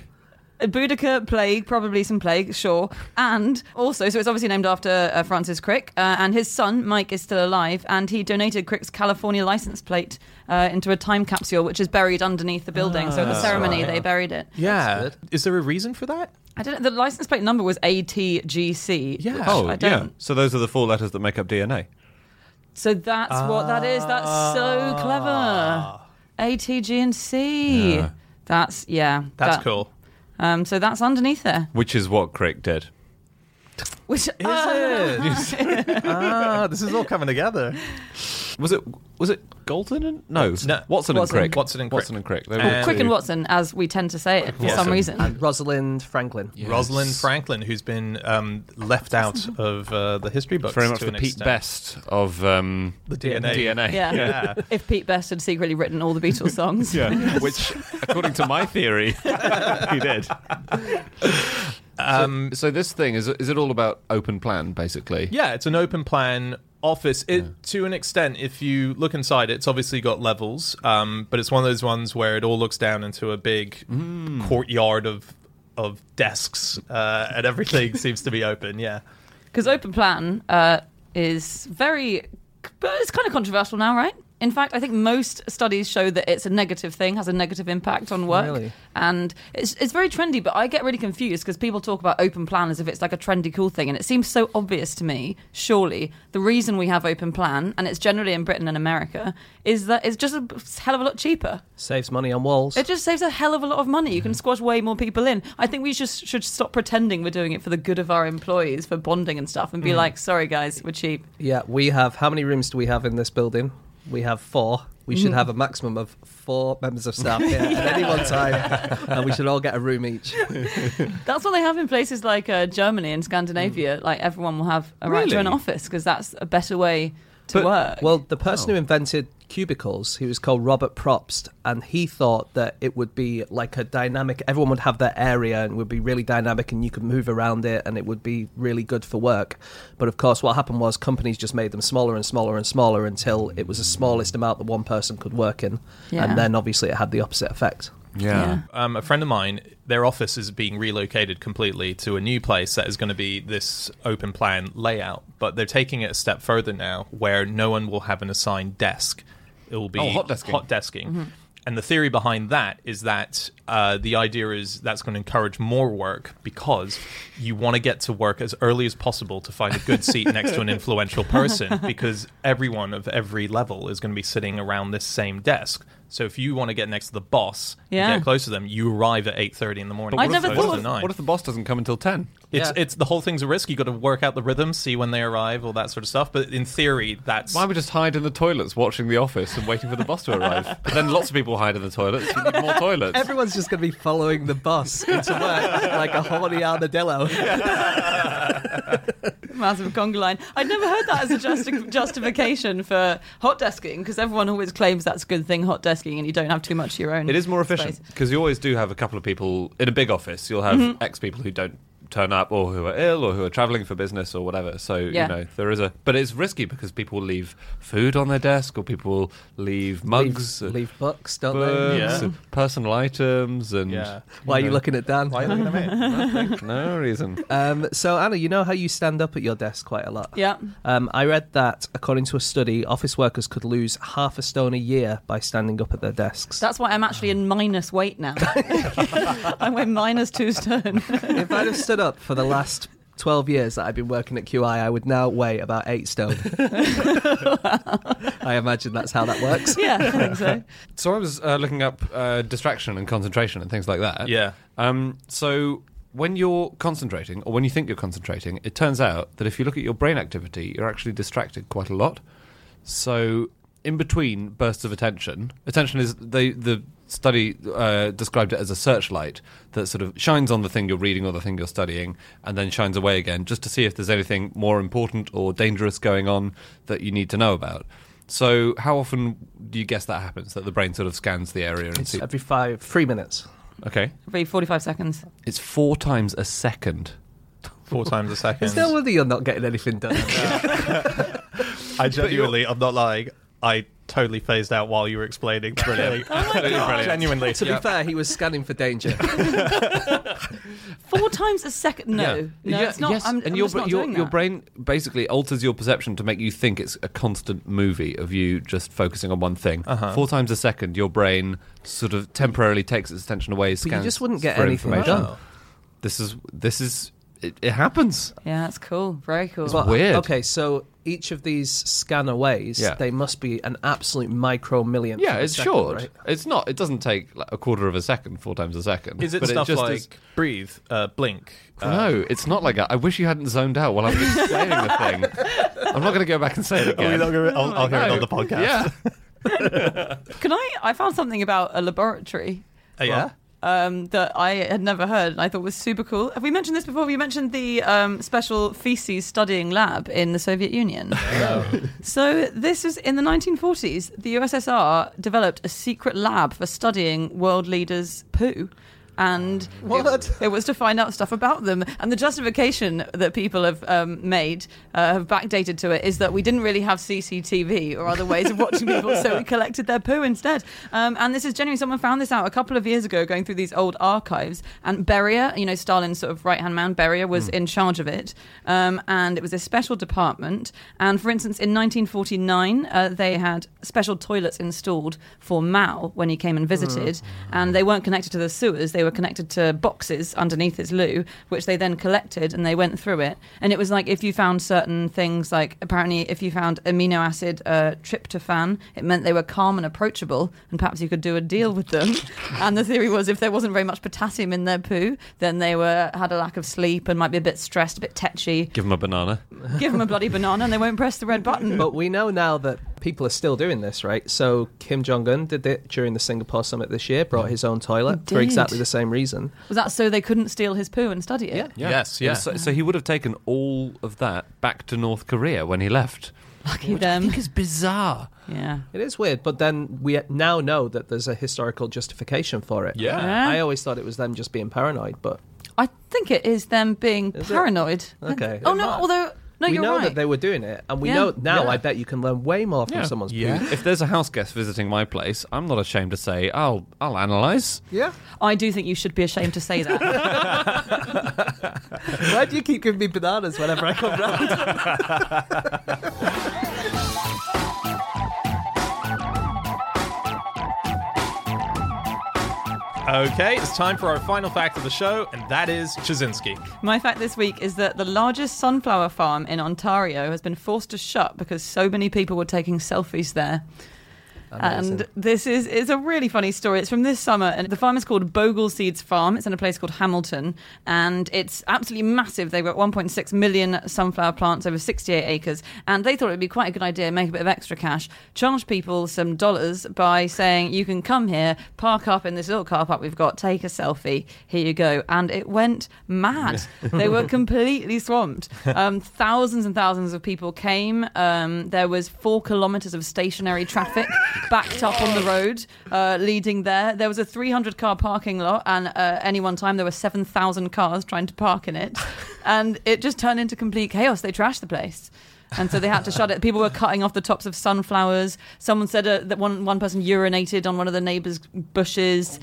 C: Boudica, plague, probably some plague, sure. And also, so it's obviously named after uh, Francis Crick, uh, and his son, Mike, is still alive, and he donated Crick's California license plate uh, into a time capsule, which is buried underneath the building. so at the
D: Ah.
C: ceremony,
D: Right.
C: they buried it.
A: yeah.
D: That's
A: Is there a reason for that?
C: I don't know, the license plate number was ATGC.
A: Yeah.
C: which
B: Oh,
C: I
B: yeah.
C: don't.
B: So those are the four letters that make up DNA.
C: So that's what that is. That's so clever. ATG and C.
B: Yeah.
C: That's, yeah.
A: That's
C: that-
A: cool.
C: Um, so that's underneath there.
B: Which is what Crick did.
C: Which ah,
A: Is it? ah, this is all coming together.
B: Was it was it Galton and no,
A: No.
B: Watson, and
C: Watson.
B: Crick.
A: Watson and Crick.
B: Watson and Crick. They were
A: And-
B: the
C: Quick
B: two.
C: and Watson, as we tend to say it for some
B: Watson.
C: reason.
D: And Rosalind Franklin.
B: Yes.
A: Rosalind Franklin, who's been um, left out of uh, the history books.
B: Very much
A: to
B: the
A: an
B: Pete
A: extent.
B: Best of um,
A: The DNA.
B: DNA.
C: yeah.
A: Yeah.
C: If Pete Best had secretly written all the Beatles songs.
B: Yeah, which, according to my theory, he did. Um, so, this thing is—is it all about open plan, basically?
A: Yeah, it's an open plan office. It to an extent, if you look inside, it's obviously got levels, um, but it's one of those ones where it all looks down into a big
B: Hmm.
A: courtyard of of desks, uh, and everything seems to be open. Yeah,
C: Because open plan uh, is very, but it's kind of controversial now, right? In fact, I think most studies show that it's a negative thing, has a negative impact on work,
D: Really?
C: and it's it's very trendy. But I get really confused because people talk about open plan as if it's like a trendy cool thing, and it seems so obvious to me. Surely the reason we have open plan, and it's generally in Britain and America, is that it's just a hell of a lot cheaper.
D: Saves money on walls.
C: It just saves a hell of a lot of money.
B: Mm.
C: You can squash way more people in. I think we just should stop pretending we're doing it for the good of our employees, for bonding and stuff, and
B: Mm.
C: be like, sorry guys, we're cheap.
D: Yeah, we have. How many rooms do we have in this building? We have four. We should have a maximum of four members of staff here at any one time, and we should all get a room each.
C: That's what they have in places like uh, Germany and Scandinavia. Like everyone will have a right to an
B: Mm. Really?
C: office because that's a better way to
B: But-
C: work.
D: Well, the person who invented cubicles, he was called Robert Propst, and he thought that it would be like a dynamic. Everyone would have their area and would be really dynamic, and you could move around it, and it would be really good for work. But of course, what happened was companies just made them smaller and smaller and smaller until it was the smallest amount that one person could work in,
C: Yeah.
D: and then obviously it had the opposite effect.
C: Yeah.
A: um, a friend of mine, their office is being relocated completely to a new place that is going to be this open plan layout, but they're taking it a step further now where no one will have an assigned desk. It will be
B: Oh, hot desking.
A: desking. And the theory behind that is that uh, the idea is that's going to encourage more work because you want to get to work as early as possible to find a good seat next to an influential person because everyone of every level is going to be sitting around this same desk. So if you want to get next to the boss, yeah.
C: Yeah.
A: get close to them, you arrive at eight thirty in the morning.
C: I
A: as
B: What if-
C: never
A: opposed
B: what
A: to
C: thought
B: if-
A: nine.
B: What if the boss doesn't come until ten?
A: It's
D: Yeah.
A: it's the whole thing's a risk. You got to work out the rhythm, see when they arrive, all that sort of stuff. But in theory, that's
B: Why don't we just hide in the toilets, watching The Office and waiting for the boss to arrive? then lots of people hide in the toilets. You need more toilets.
D: Everyone's just going to be following the bus into work like a horny armadillo.
C: Massive conga line. I'd never heard that as a justi- justification for hot desking because everyone always claims that's a good thing, hot desking, and you don't have too much of your own.
B: It is more
C: space.
B: efficient because you always do have a couple of people in a big office. You'll have X people who don't turn up or who are ill or who are traveling for business or whatever. So,
C: Yeah.
B: you know, there is a. But it's risky because people will leave food on their desk or people will leave mugs,
D: leave,
B: and
D: leave books, don't they?
B: books,
A: Yeah.
B: and personal items, and.
A: Yeah.
D: Why are you
B: know,
D: looking at Dan?
A: Why are they gonna make-
B: No reason.
D: Um, so Anna, you know how you stand up at your desk quite a lot.
C: Yeah.
D: Um, I read that according to a study, office workers could lose half a stone a year by standing up at their desks.
C: That's why I'm actually in minus weight now. I weigh minus two stone.
D: if I'd have stood up for the last twelve years that I've been working at QI, I would now weigh about eight stone. I imagine that's how that works.
C: yeah, I think so.
B: So I was uh, looking up uh, distraction and concentration and things like that.
A: Yeah.
B: Um, so when you're concentrating, or when you think you're concentrating, it turns out that if you look at your brain activity, you're actually distracted quite a lot. So in between bursts of attention, attention is they the study uh, described it as a searchlight that sort of shines on the thing you're reading or the thing you're studying, and then shines away again just to see if there's anything more important or dangerous going on that you need to know about. So, how often do you guess that happens? That the brain sort of scans the area and
D: It's
B: see.
D: every five, three minutes.
B: Okay,
C: Every 45 seconds.
B: it's four times a second.
A: four times a second.
D: It's no wonder you're not getting anything done.
A: I genuinely, I'm not lying. I totally phased out while you were explaining. Brilliant. Genuinely.
D: to be fair, he was scanning for danger.
C: Four times a second? No, no,
B: Yeah,
C: it's not.
B: yes,
C: I'm,
B: and
C: I'm
B: your,
C: just not
B: your,
C: doing
B: your
C: that.
B: brain basically alters your perception to make you think it's a constant movie of you just focusing on one thing. Four times a second, your brain sort of temporarily takes its attention away.
D: But you
B: Scans
D: just wouldn't get
B: for
D: anything
B: information.
D: done.
B: This is this is it, it happens.
C: Yeah, that's cool. Very cool.
B: But- Weird.
D: Okay, so each of these scanner ways,
B: Yeah.
D: they must be an absolute micro millionth.
B: Yeah,
D: of a
B: it's
D: second,
B: short.
D: right?
B: It's not. It doesn't take like a quarter of a second, four times a second.
A: Is it
B: But
A: stuff
B: just
A: like
B: is-
A: breathe, uh, blink? Uh,
B: no, it's not like that. I wish you hadn't zoned out while I was explaining the thing. I'm not going to go back and say it
A: are we
B: again.
A: not gonna- I'll, I'll hear it on the podcast.
B: Oh, Yeah.
C: Can I? I found something about a laboratory
A: Uh, yeah?
C: um, that I had never heard and I thought was super cool. Have we mentioned this before? You mentioned the um, special feces studying lab in the Soviet Union. so this was in the 1940s. The USSR developed a secret lab for studying world leaders' poo. And it-
D: What?
C: It, was to find out stuff about them. And the justification that people have um, made, uh, have backdated to it, is that we didn't really have CCTV or other ways of watching people, so we collected their poo instead. Um, and this is genuinely, someone found this out a couple of years ago going through these old archives. And Beria, you know, Stalin's sort of right hand man, Beria, was in charge of it. Um, and it was a special department. And for instance, in 1949, uh, they had special toilets installed for Mao when he came and visited. And they weren't connected to the sewers, they were connected to boxes underneath his loo, which they then collected and they went through it. And it was like if you found certain things, like apparently if you found amino acid uh, tryptophan, it meant they were calm and approachable, and perhaps you could do a deal with them. and the theory was if there wasn't very much potassium in their poo, then they were had a lack of sleep and might be a bit stressed, a bit tetchy.
B: Give him a banana.
C: Give them a bloody banana and they won't press the red button.
D: But we know now that people are still doing this, right? So Kim Jong Un did it during the Singapore summit this year, brought his own toilet
C: He
D: for
C: did.
D: exactly the same reason.
C: Was that so they couldn't steal his poo and study it?
A: Yeah. Yes, yeah.
B: So, so he would have taken all of that back to North Korea when he left.
C: Lucky them.
B: Because bizarre.
C: Yeah.
D: It is weird, but then we now know that there's a historical justification for it.
A: Yeah.
C: Yeah.
D: I always thought it was them just being paranoid, but
C: I think it is them being
D: Is it?
C: paranoid.
D: Okay.
C: Oh
D: It
C: no,
D: might.
C: although no,
D: we
C: you're
D: know
C: right.
D: that they were doing it, and we
C: Yeah.
D: know now.
A: Yeah.
D: I bet you can learn way more from someone's
A: Yeah.
D: poo.
B: If there's a house guest visiting my place, I'm not ashamed to say I'll I'll analyse.
D: Yeah.
C: I do think you should be ashamed to say that.
D: Why do you keep giving me bananas whenever I come round?
A: Okay, it's time for our final fact of the show, and that is Chazinski.
C: My fact this week is that the largest sunflower farm in Ontario has been forced to shut because so many people were taking selfies there.
D: Amazing.
C: And this is it's a really funny story. It's from this summer, and the farm is called Bogle Seeds Farm. It's in a place called Hamilton, and it's absolutely massive. They were at 1.6 million sunflower plants over 68 acres, and they thought it would be quite a good idea, make a bit of extra cash, charge people some dollars by saying you can come here, park up in this little car park we've got, take a selfie, here you go, and it went mad. they were completely swamped. Um, thousands and thousands of people came. Um, there was four kilometres of stationary traffic backed up on the road uh, leading there. There was a 300 car parking lot, and uh, any one time there were 7,000 cars trying to park in it. And it just turned into complete chaos. They trashed the place. And so they had to shut it. People were cutting off the tops of sunflowers. Someone said uh, that one, one person urinated on one of the neighbours' bushes.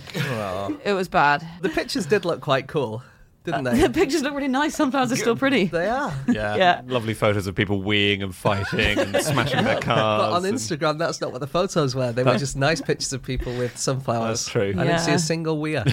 C: It was bad.
D: the pictures did look quite cool, didn't
C: The
D: they?
C: pictures look really nice. Sunflowers are still pretty.
D: they are.
A: Yeah.
C: Yeah.
B: Lovely photos of people weeing and fighting and smashing their
D: But
B: cars.
D: on
B: and-
D: Instagram, that's not what the photos were. They were just nice pictures of people with sunflowers.
B: That's true.
D: I didn't see
C: Yeah.
D: a single weir.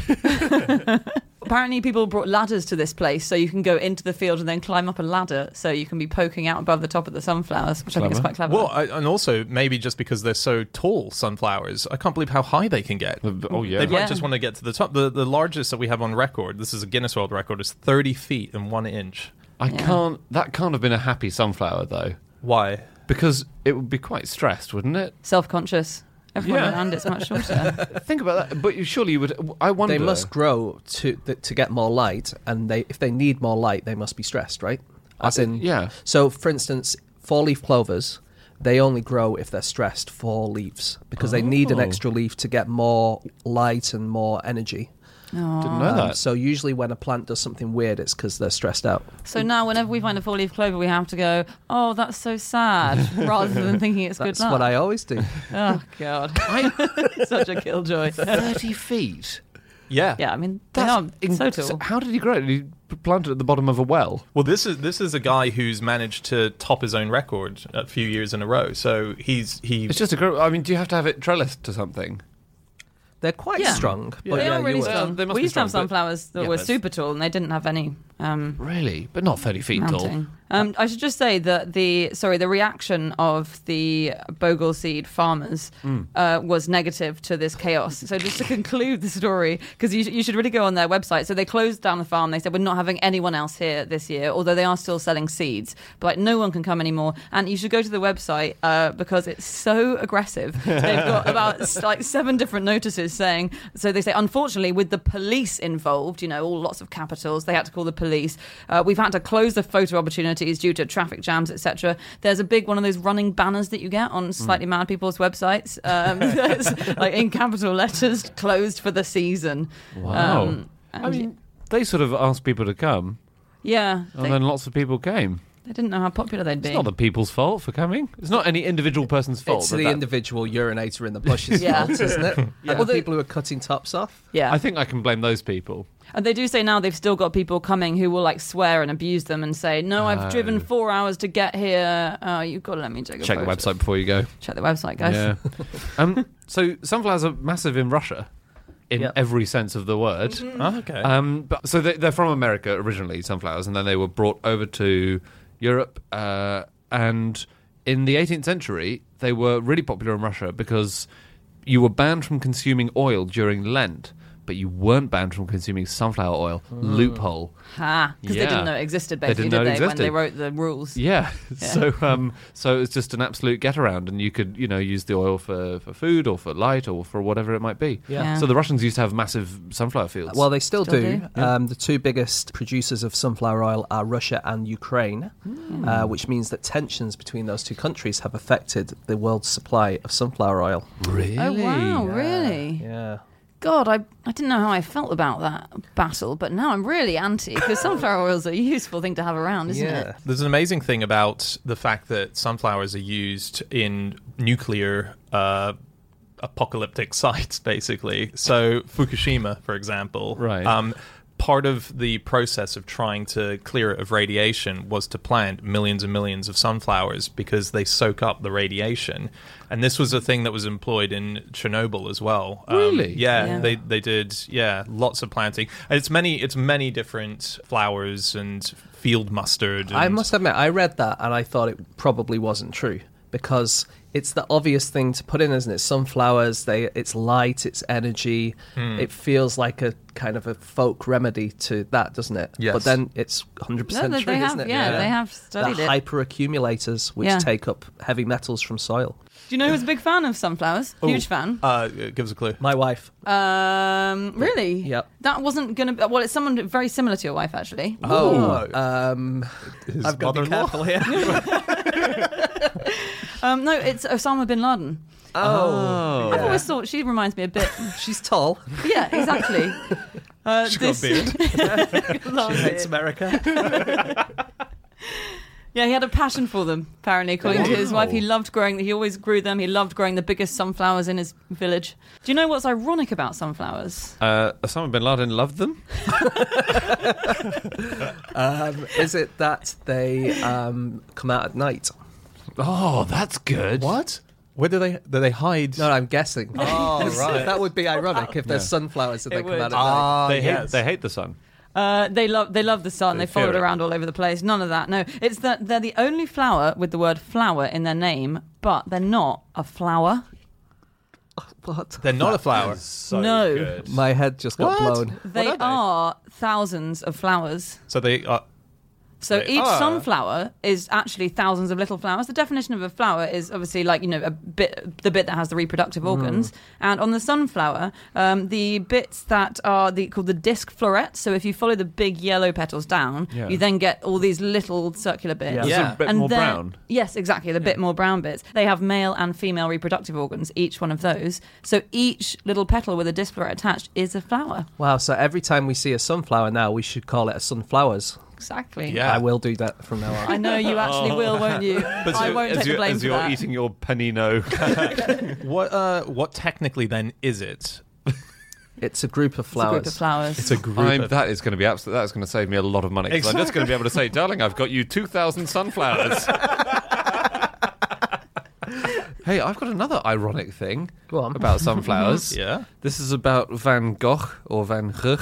C: Apparently, people brought ladders to this place so you can go into the field and then climb up a ladder so you can be poking out above the top of the sunflowers, which I think is
B: Clever.
C: quite clever.
A: Well, I, and also maybe just because they're so tall, sunflowers. I can't believe how high they can get.
B: Oh yeah.
A: They might
C: Yeah.
A: just want to get to the top. The, the largest that we have on record, this is a Guinness World Record, is 30 feet and one inch.
B: I
C: Yeah.
B: can't that can't have been a happy sunflower though.
A: Why?
B: Because it would be quite stressed, wouldn't it?
C: Self conscious. Everyone
B: Yeah.
C: around it's much shorter.
B: Think about that. But you, surely you would. I wonder.
D: they must grow to th- to get more light, and they if they need more light, they must be stressed, right? As in,
B: yeah.
D: So, for instance, four-leaf clovers, they only grow if they're stressed four leaves because they need an
B: Oh.
D: extra leaf to get more light and more energy.
B: Didn't know
D: Um,
B: that.
D: so usually when a plant does something weird, it's because they're stressed out.
C: So now, whenever we find a four leaf clover, we have to go, oh, that's so sad, rather than thinking it's
D: That's
C: good luck.
D: what I always do.
C: oh, God. Such a killjoy.
B: Thirty feet.
A: Yeah.
C: yeah, I mean, they
B: That's
C: are so
B: inc-
C: tall.
B: How did he grow it? Did he p- plant it at the bottom of a well?
A: Well, this is this is a guy who's managed to top his own record a few years in a row. So he's he.
B: It's just a grow. I mean, do you have to have it trellised to something?
D: They're quite
C: Yeah.
D: strong.
B: Oh,
D: But
C: they
D: yeah,
C: are
D: you
C: really
D: would.
C: strong.
B: They must
C: we
B: be
C: used to have
B: strong, but-
C: sunflowers that
B: Yeah,
C: were
B: that's-
C: super tall and they didn't have any um,
B: Really, but not thirty feet
C: mounting. Um, I should just say that the sorry the reaction of the Bogle seed farmers uh, was negative to this chaos. So just to conclude the story, because you, sh- you should really go on their website. So they closed down the farm. They said we're not having anyone else here this year, although they are still selling seeds. But like no one can come anymore. And you should go to the website uh, because it's so aggressive. They've got about s- like seven different notices saying. So they say unfortunately with the police involved, you know, all lots of capitals. They had to call the police. Uh, we've had to close the photo opportunities due to traffic jams, etc. There's a big one of those running banners that you get
B: Hmm.
C: on slightly mad people's websites, um, that's, like in capital letters, closed for the season. Um,
B: Wow.
C: and
B: I mean, they sort of asked people to come,
C: yeah,
B: and
C: they,
B: then lots of people came.
C: they didn't know how popular they'd be.
B: It's not the people's fault for coming. It's not any individual person's fault.
D: It's
B: that
D: the
B: that-
D: individual urinator in the bushes,
C: Yeah.
D: fault, isn't it? And the
C: Although-
D: people who are cutting tops off.
C: yeah,
B: I think I can blame those people.
C: And they do say now they've still got people coming who will like swear and abuse them and say, "No, I've
B: Oh.
C: driven four hours to get here. Oh, you've got to let me take a
B: Check the
C: photo."
B: website before you go.
C: Check the website, guys.
B: Yeah. um, so sunflowers are massive in Russia, in
D: Yeah.
B: every sense of the word.
A: Oh, okay.
B: Um, but, so they, they're from America originally, sunflowers, and then they were brought over to Europe. Uh, and in the 18th century, they were really popular in Russia because you were banned from consuming oil during Lent, but you weren't banned from consuming sunflower oil. Loophole.
C: Ha! Because
B: Yeah.
C: they didn't know it existed,
B: They
C: basically,
B: didn't know
C: did
B: it
C: they? When they
B: existed.
C: wrote the rules.
B: Yeah.
C: Yeah.
B: So um, so it was just an absolute get around, and you could you know use the oil for, for food or for light or for whatever it might be.
D: Yeah.
C: Yeah.
B: So the Russians used to have massive sunflower fields.
D: Well, they still,
C: Still
D: do.
C: do.
D: Um, the two biggest producers of sunflower oil are Russia and Ukraine,
C: Hmm.
D: uh, which means that tensions between those two countries have affected the world's supply of sunflower oil.
B: really?
C: Oh wow! Really?
D: Yeah.
C: God, I, I didn't know how I felt about that battle, but now I'm really anti because sunflower oil's a useful thing to have around, isn't
D: yeah.
C: it?
A: There's an amazing thing about the fact that sunflowers are used in nuclear uh, apocalyptic sites, basically. So Fukushima, for example,
B: Right.
A: Um, part of the process of trying to clear it of radiation was to plant millions and millions of sunflowers because they soak up the radiation. And this was a thing that was employed in Chernobyl as well. Um,
B: Really?
A: yeah,
C: Yeah.
A: they they did yeah lots of planting. And It's many it's many different flowers and field mustard. And
D: I must admit, I read that and I thought it probably wasn't true because it's the obvious thing to put in, isn't it? Sunflowers, they it's light, it's energy.
A: Hmm.
D: It feels like a kind of a folk remedy to that, doesn't it?
A: Yes.
D: But then it's 100%
C: No, they- they
D: true,
C: have-
D: isn't it?
C: yeah, they have studied
D: the
C: it.
D: hyperaccumulators, which
C: Yeah.
D: take up heavy metals from soil.
C: Do you know who's a big fan of sunflowers? Huge
A: Ooh.
C: fan.
A: Uh, give us a clue.
D: My wife.
C: Uh, Um, really?
D: Yep.
C: That wasn't gonna. Be, well, it's someone very similar to your wife, actually.
D: Oh, um,
A: His
D: I've got to be
A: mother-in-law?
D: careful here.
C: Um, no, it's Osama bin Laden.
D: oh,
C: I've always thought she reminds me a bit.
D: she's tall.
C: yeah, exactly. Uh,
A: She's got a beard.
C: Love
D: She hates
C: it.
D: America.
C: Yeah, he had a passion for them. Apparently, according to his
B: Wow.
C: wife,
A: Oh.
C: he loved growing. He always grew them. He loved growing the biggest sunflowers in his village. Do you know what's ironic about sunflowers?
B: Uh, Osama bin Laden loved them.
D: Um, is it that they um, come out at night?
B: Oh, that's good.
A: What? Where do they do they hide?
D: No, I'm guessing.
A: Oh, right.
D: that would be ironic if there's sunflowers and
C: It
D: they come
C: would.
D: out at night.
A: Ah,
B: They hate,
A: yes.
B: they hate the sun.
C: Uh, they love they love the sun.
B: They
C: They, follow it
B: fear it.
C: around all over the place. None of that. No, it's that they're the only flower with the word flower in their name, but they're not a flower.
D: What?
A: They're not a flower.
B: So
C: No.
B: good.
D: My head just got
A: What?
D: blown.
C: They
A: What are
C: are,
A: they?
C: thousands of flowers.
A: So they uh, are.
C: So
A: They
C: each
B: oh.
A: are.
C: sunflower is actually thousands of little flowers. The definition of a flower is obviously like you know a bit, the bit that has the reproductive
B: Mm.
C: organs. And on the sunflower, um, the bits that are the called the disc florets. So if you follow the big yellow petals down,
B: Yeah.
C: you then get all these little circular bits.
A: There's a Yeah.
B: bit more
C: they're-
B: brown.
C: Yes, exactly. The bit more brown bits. They have male and female reproductive organs, each one of those. So each little petal with a disc floret attached is a flower.
D: Wow, so every time we see a sunflower now, we should call it a sunflowers.
C: Exactly.
A: Yeah.
D: I will do that from now on.
C: I know you actually will, won't you? I
B: Oh. you-
C: won't
B: as
C: take
B: you-
C: the blame
B: as
C: for
B: you're
C: that.
B: eating your panino.
A: What uh, what technically then is it?
D: It's a group of
C: It's a
D: flowers.
C: group of flowers.
A: It's a group
B: I'm,
A: of
B: that is going to be absolutely. That's going to save me a lot of money. 'cause I'm just going to be able to say, "Darling, I've got you two thousand sunflowers." hey, I've got another ironic thing
D: Go on.
B: about sunflowers.
A: yeah.
B: This is about Van Gogh or Van Gogh.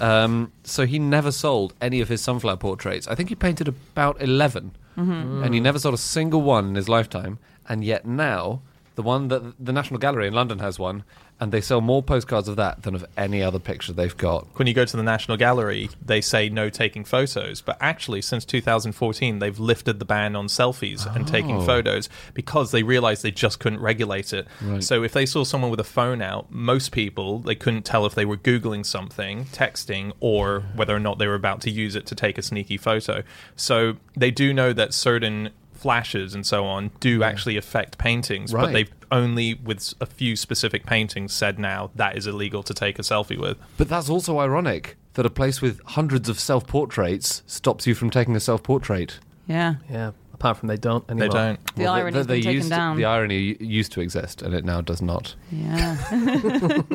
B: Um, so he never sold any of his sunflower portraits. I think he painted about 11
D: Mm-hmm.
B: and he never sold a single one in his lifetime. And yet now, the one that the National Gallery in London has one, and they sell more postcards of that than of any other picture they've got.
A: When you go to the National Gallery, they say no taking photos, but actually since 2014 they've lifted the ban on selfies and
B: Oh.
A: taking photos because they realized they just couldn't regulate it.
B: Right.
A: So if they saw someone with a phone out, most people they couldn't tell if they were googling something, texting or whether or not they were about to use it to take a sneaky photo. So they do know that certain flashes and so on do actually affect paintings, but
B: Right.
A: they've only with s- a few specific paintings said now that is illegal to take a selfie with.
B: But that's also ironic that a place with hundreds of self portraits stops you from taking a self portrait.
C: yeah.
D: Yeah, apart from they don't
A: They
D: anymore.
A: don't.
C: The irony's been taken down.
B: The irony used to exist, and it now does not.
C: Yeah.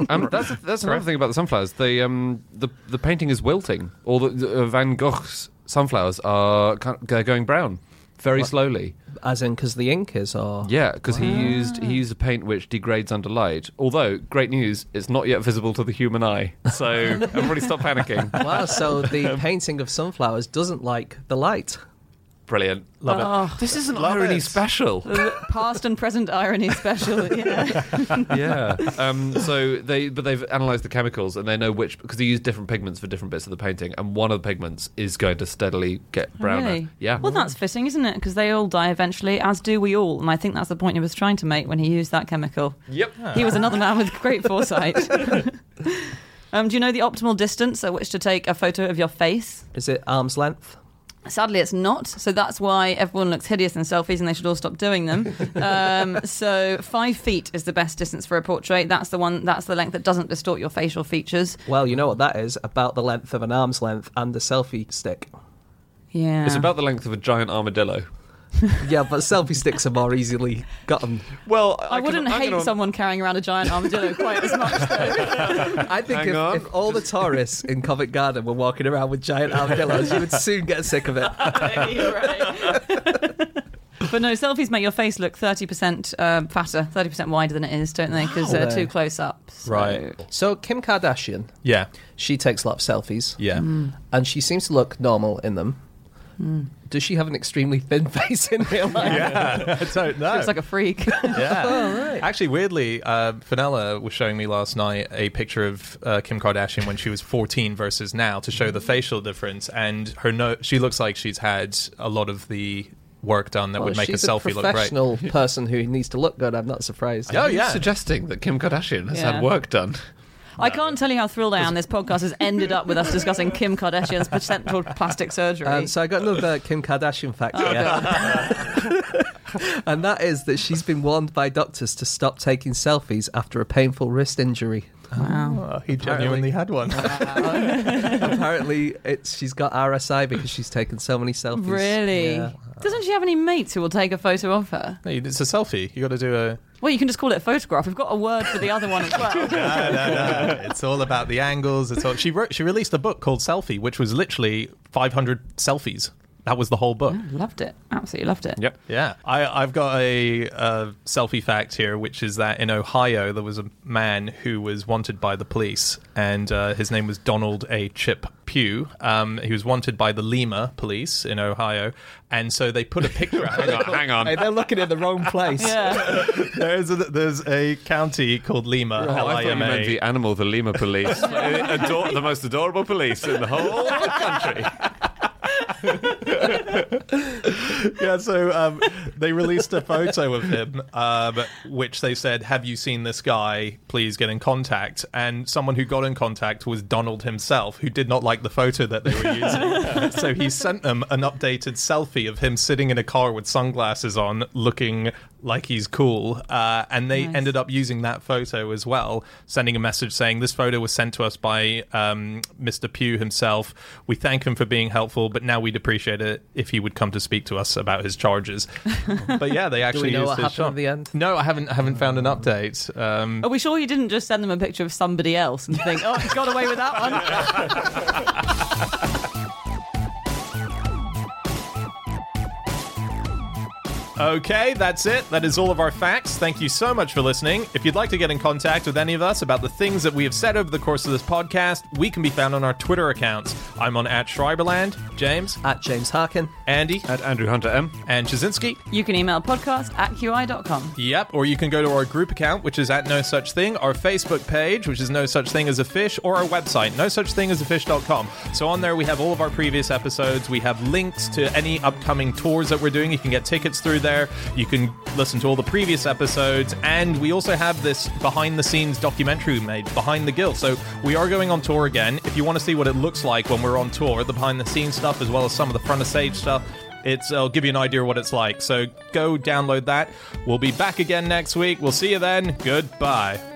B: Um, that's that's another thing about the sunflowers. The um the the painting is wilting. All the, the uh, Van Gogh's sunflowers are kind of- they're going brown very slowly.
D: As in, because the ink is, or
B: Yeah, because he used he used a paint which degrades under light. Although great news, it's not yet visible to the human eye. So everybody stop panicking.
D: wow. So the painting of sunflowers doesn't like the light.
B: Brilliant.
A: Love it.
C: oh,
B: This is an
A: Love
B: irony
A: it.
B: special.
C: the past and present irony special. Yeah.
B: yeah. Um, so they, but they've analysed the chemicals and they know which because they use different pigments for different bits of the painting, and one of the pigments is going to steadily get browner.
C: Really?
B: Yeah.
C: Well, that's fitting, isn't it? Because they all die eventually, as do we all. And I think that's the point he was trying to make when he used that chemical.
B: Yep.
C: He was another man with great foresight. um, do you know the optimal distance at which to take a photo of your face?
D: Is it arm's length?
C: Sadly, it's not. So that's why everyone looks hideous in selfies and they should all stop doing them. Um, so five feet is the best distance for a portrait. That's the one. That's the length that doesn't distort your facial features.
D: Well, you know what that is about the length of an arm's length and a selfie stick.
C: Yeah.
B: It's about the length of a giant armadillo.
D: Yeah, but selfie sticks are more easily gotten.
B: Well,
C: I, wouldn't hate someone carrying around a giant armadillo quite as much. Though.
D: I think
B: Hang
D: if,
B: on.
D: if all the tourists in Covent Garden were walking around with giant armadillos, you would soon get sick of it.
C: You're right. but no, selfies make your face look thirty percent um, fatter, thirty percent wider than it is, don't they? Because they're
D: Wow.
C: too close up.
A: Right.
D: So Kim Kardashian,
A: Yeah.
D: she takes a lot of selfies,
A: Yeah.
D: and she seems to look normal in them. Does she have an extremely thin face in real life?
A: Yeah. I don't know.
C: It's like a freak.
A: yeah. Actually, weirdly, uh, Fenella was showing me last night a picture of uh, Kim Kardashian when she was 14 versus now to show the facial difference, and her no- she looks like she's had a lot of the work done that
D: Well,
A: would make a
D: she's
A: selfie look great.
D: professional person who needs to look good. I'm not surprised.
A: Yeah. Oh,
B: Suggesting that Kim Kardashian has
C: Yeah.
B: had work done.
C: I can't tell you how thrilled I am this podcast has ended up with us discussing Kim Kardashian's potential plastic surgery.
D: Um, so I got another Kim Kardashian fact
C: Oh,
D: here,
C: God.
D: and that is that she's been warned by doctors to stop taking selfies after a painful wrist injury.
C: wow.
A: Oh, he genuinely had one.
D: Apparently, it's she's got RSI because she's taken so many selfies.
C: Really?
D: Yeah.
C: Doesn't she have any mates who will take a photo of her?
A: No, it's a selfie. You got to do a.
C: Well, you can just call it a photograph. We've got a word for the other one as well.
A: No, no, no. It's all about the angles. It's all. She wrote. She released a book called Selfie, which was literally 500 selfies. That was the whole book.
C: loved it. Absolutely loved it.
B: Yep.
A: Yeah, I, I've got a, uh selfie fact here, which is that in Ohio there was a man who was wanted by the police, and uh, his name was Donald A. Chip Pugh. Um, he was wanted by the Lima police in Ohio, and so they put a picture.
B: Hang on. Hang on.
D: Hey, they're looking in the wrong place.
C: Yeah.
A: there's a, there's a county called Lima,
B: Oh, I thought you meant
A: L-I-M-A.
B: the animal, the Lima police. Ador- the most adorable police in the whole country.
A: yeah, so um, they released a photo of him, um, which they said, "Have you seen this guy? Please get in contact." And someone who got in contact was Donald himself, who did not like the photo that they were using. so he sent them an updated selfie of him sitting in a car with sunglasses on, looking like he's cool. Uh, and they
C: Nice.
A: ended up using that photo as well, sending a message saying, "This photo was sent to us by um, Mr. Pugh himself. We thank him for being helpful, but now we'd appreciate it if he would come to speak to us about his charges." but yeah, they actually
D: know
A: used
D: what
A: his
D: happened
A: shot.
D: at the end? Oh.
A: No, I haven't. I haven't found an update. Um,
C: Are we sure you didn't just send them a picture of somebody else and think, oh, he got away with that one?
D: Oh.
A: Okay, that's it. That is all of our facts. Thank you so much for listening. If you'd like to get in contact with any of us about the things that we have said over the course of this podcast, we can be found on our Twitter accounts. I'm on at Schreiberland, James,
D: At James Harkin.
A: Andy,
B: At Andrew Hunter M.
A: and Chazinski.
C: You can email podcast at qi.com.
A: Yep, or you can go to our group account, which is at No Such Thing, our Facebook page, which is No Such Thing as a Fish, or our website, No Such Thing as a Fish.com. So on there, we have all of our previous episodes. We have links to any upcoming tours that we're doing. You can get tickets through there. You can listen to all the previous episodes. And we also have this behind the scenes documentary we made, Behind the Gill. So we are going on tour again. If you want to see what it looks like when we're on tour, the behind the scenes stuff, as well as some of the front of stage stuff, it's, it'll give you an idea what it's like. So go download that. We'll be back again next week. We'll see you then. Goodbye.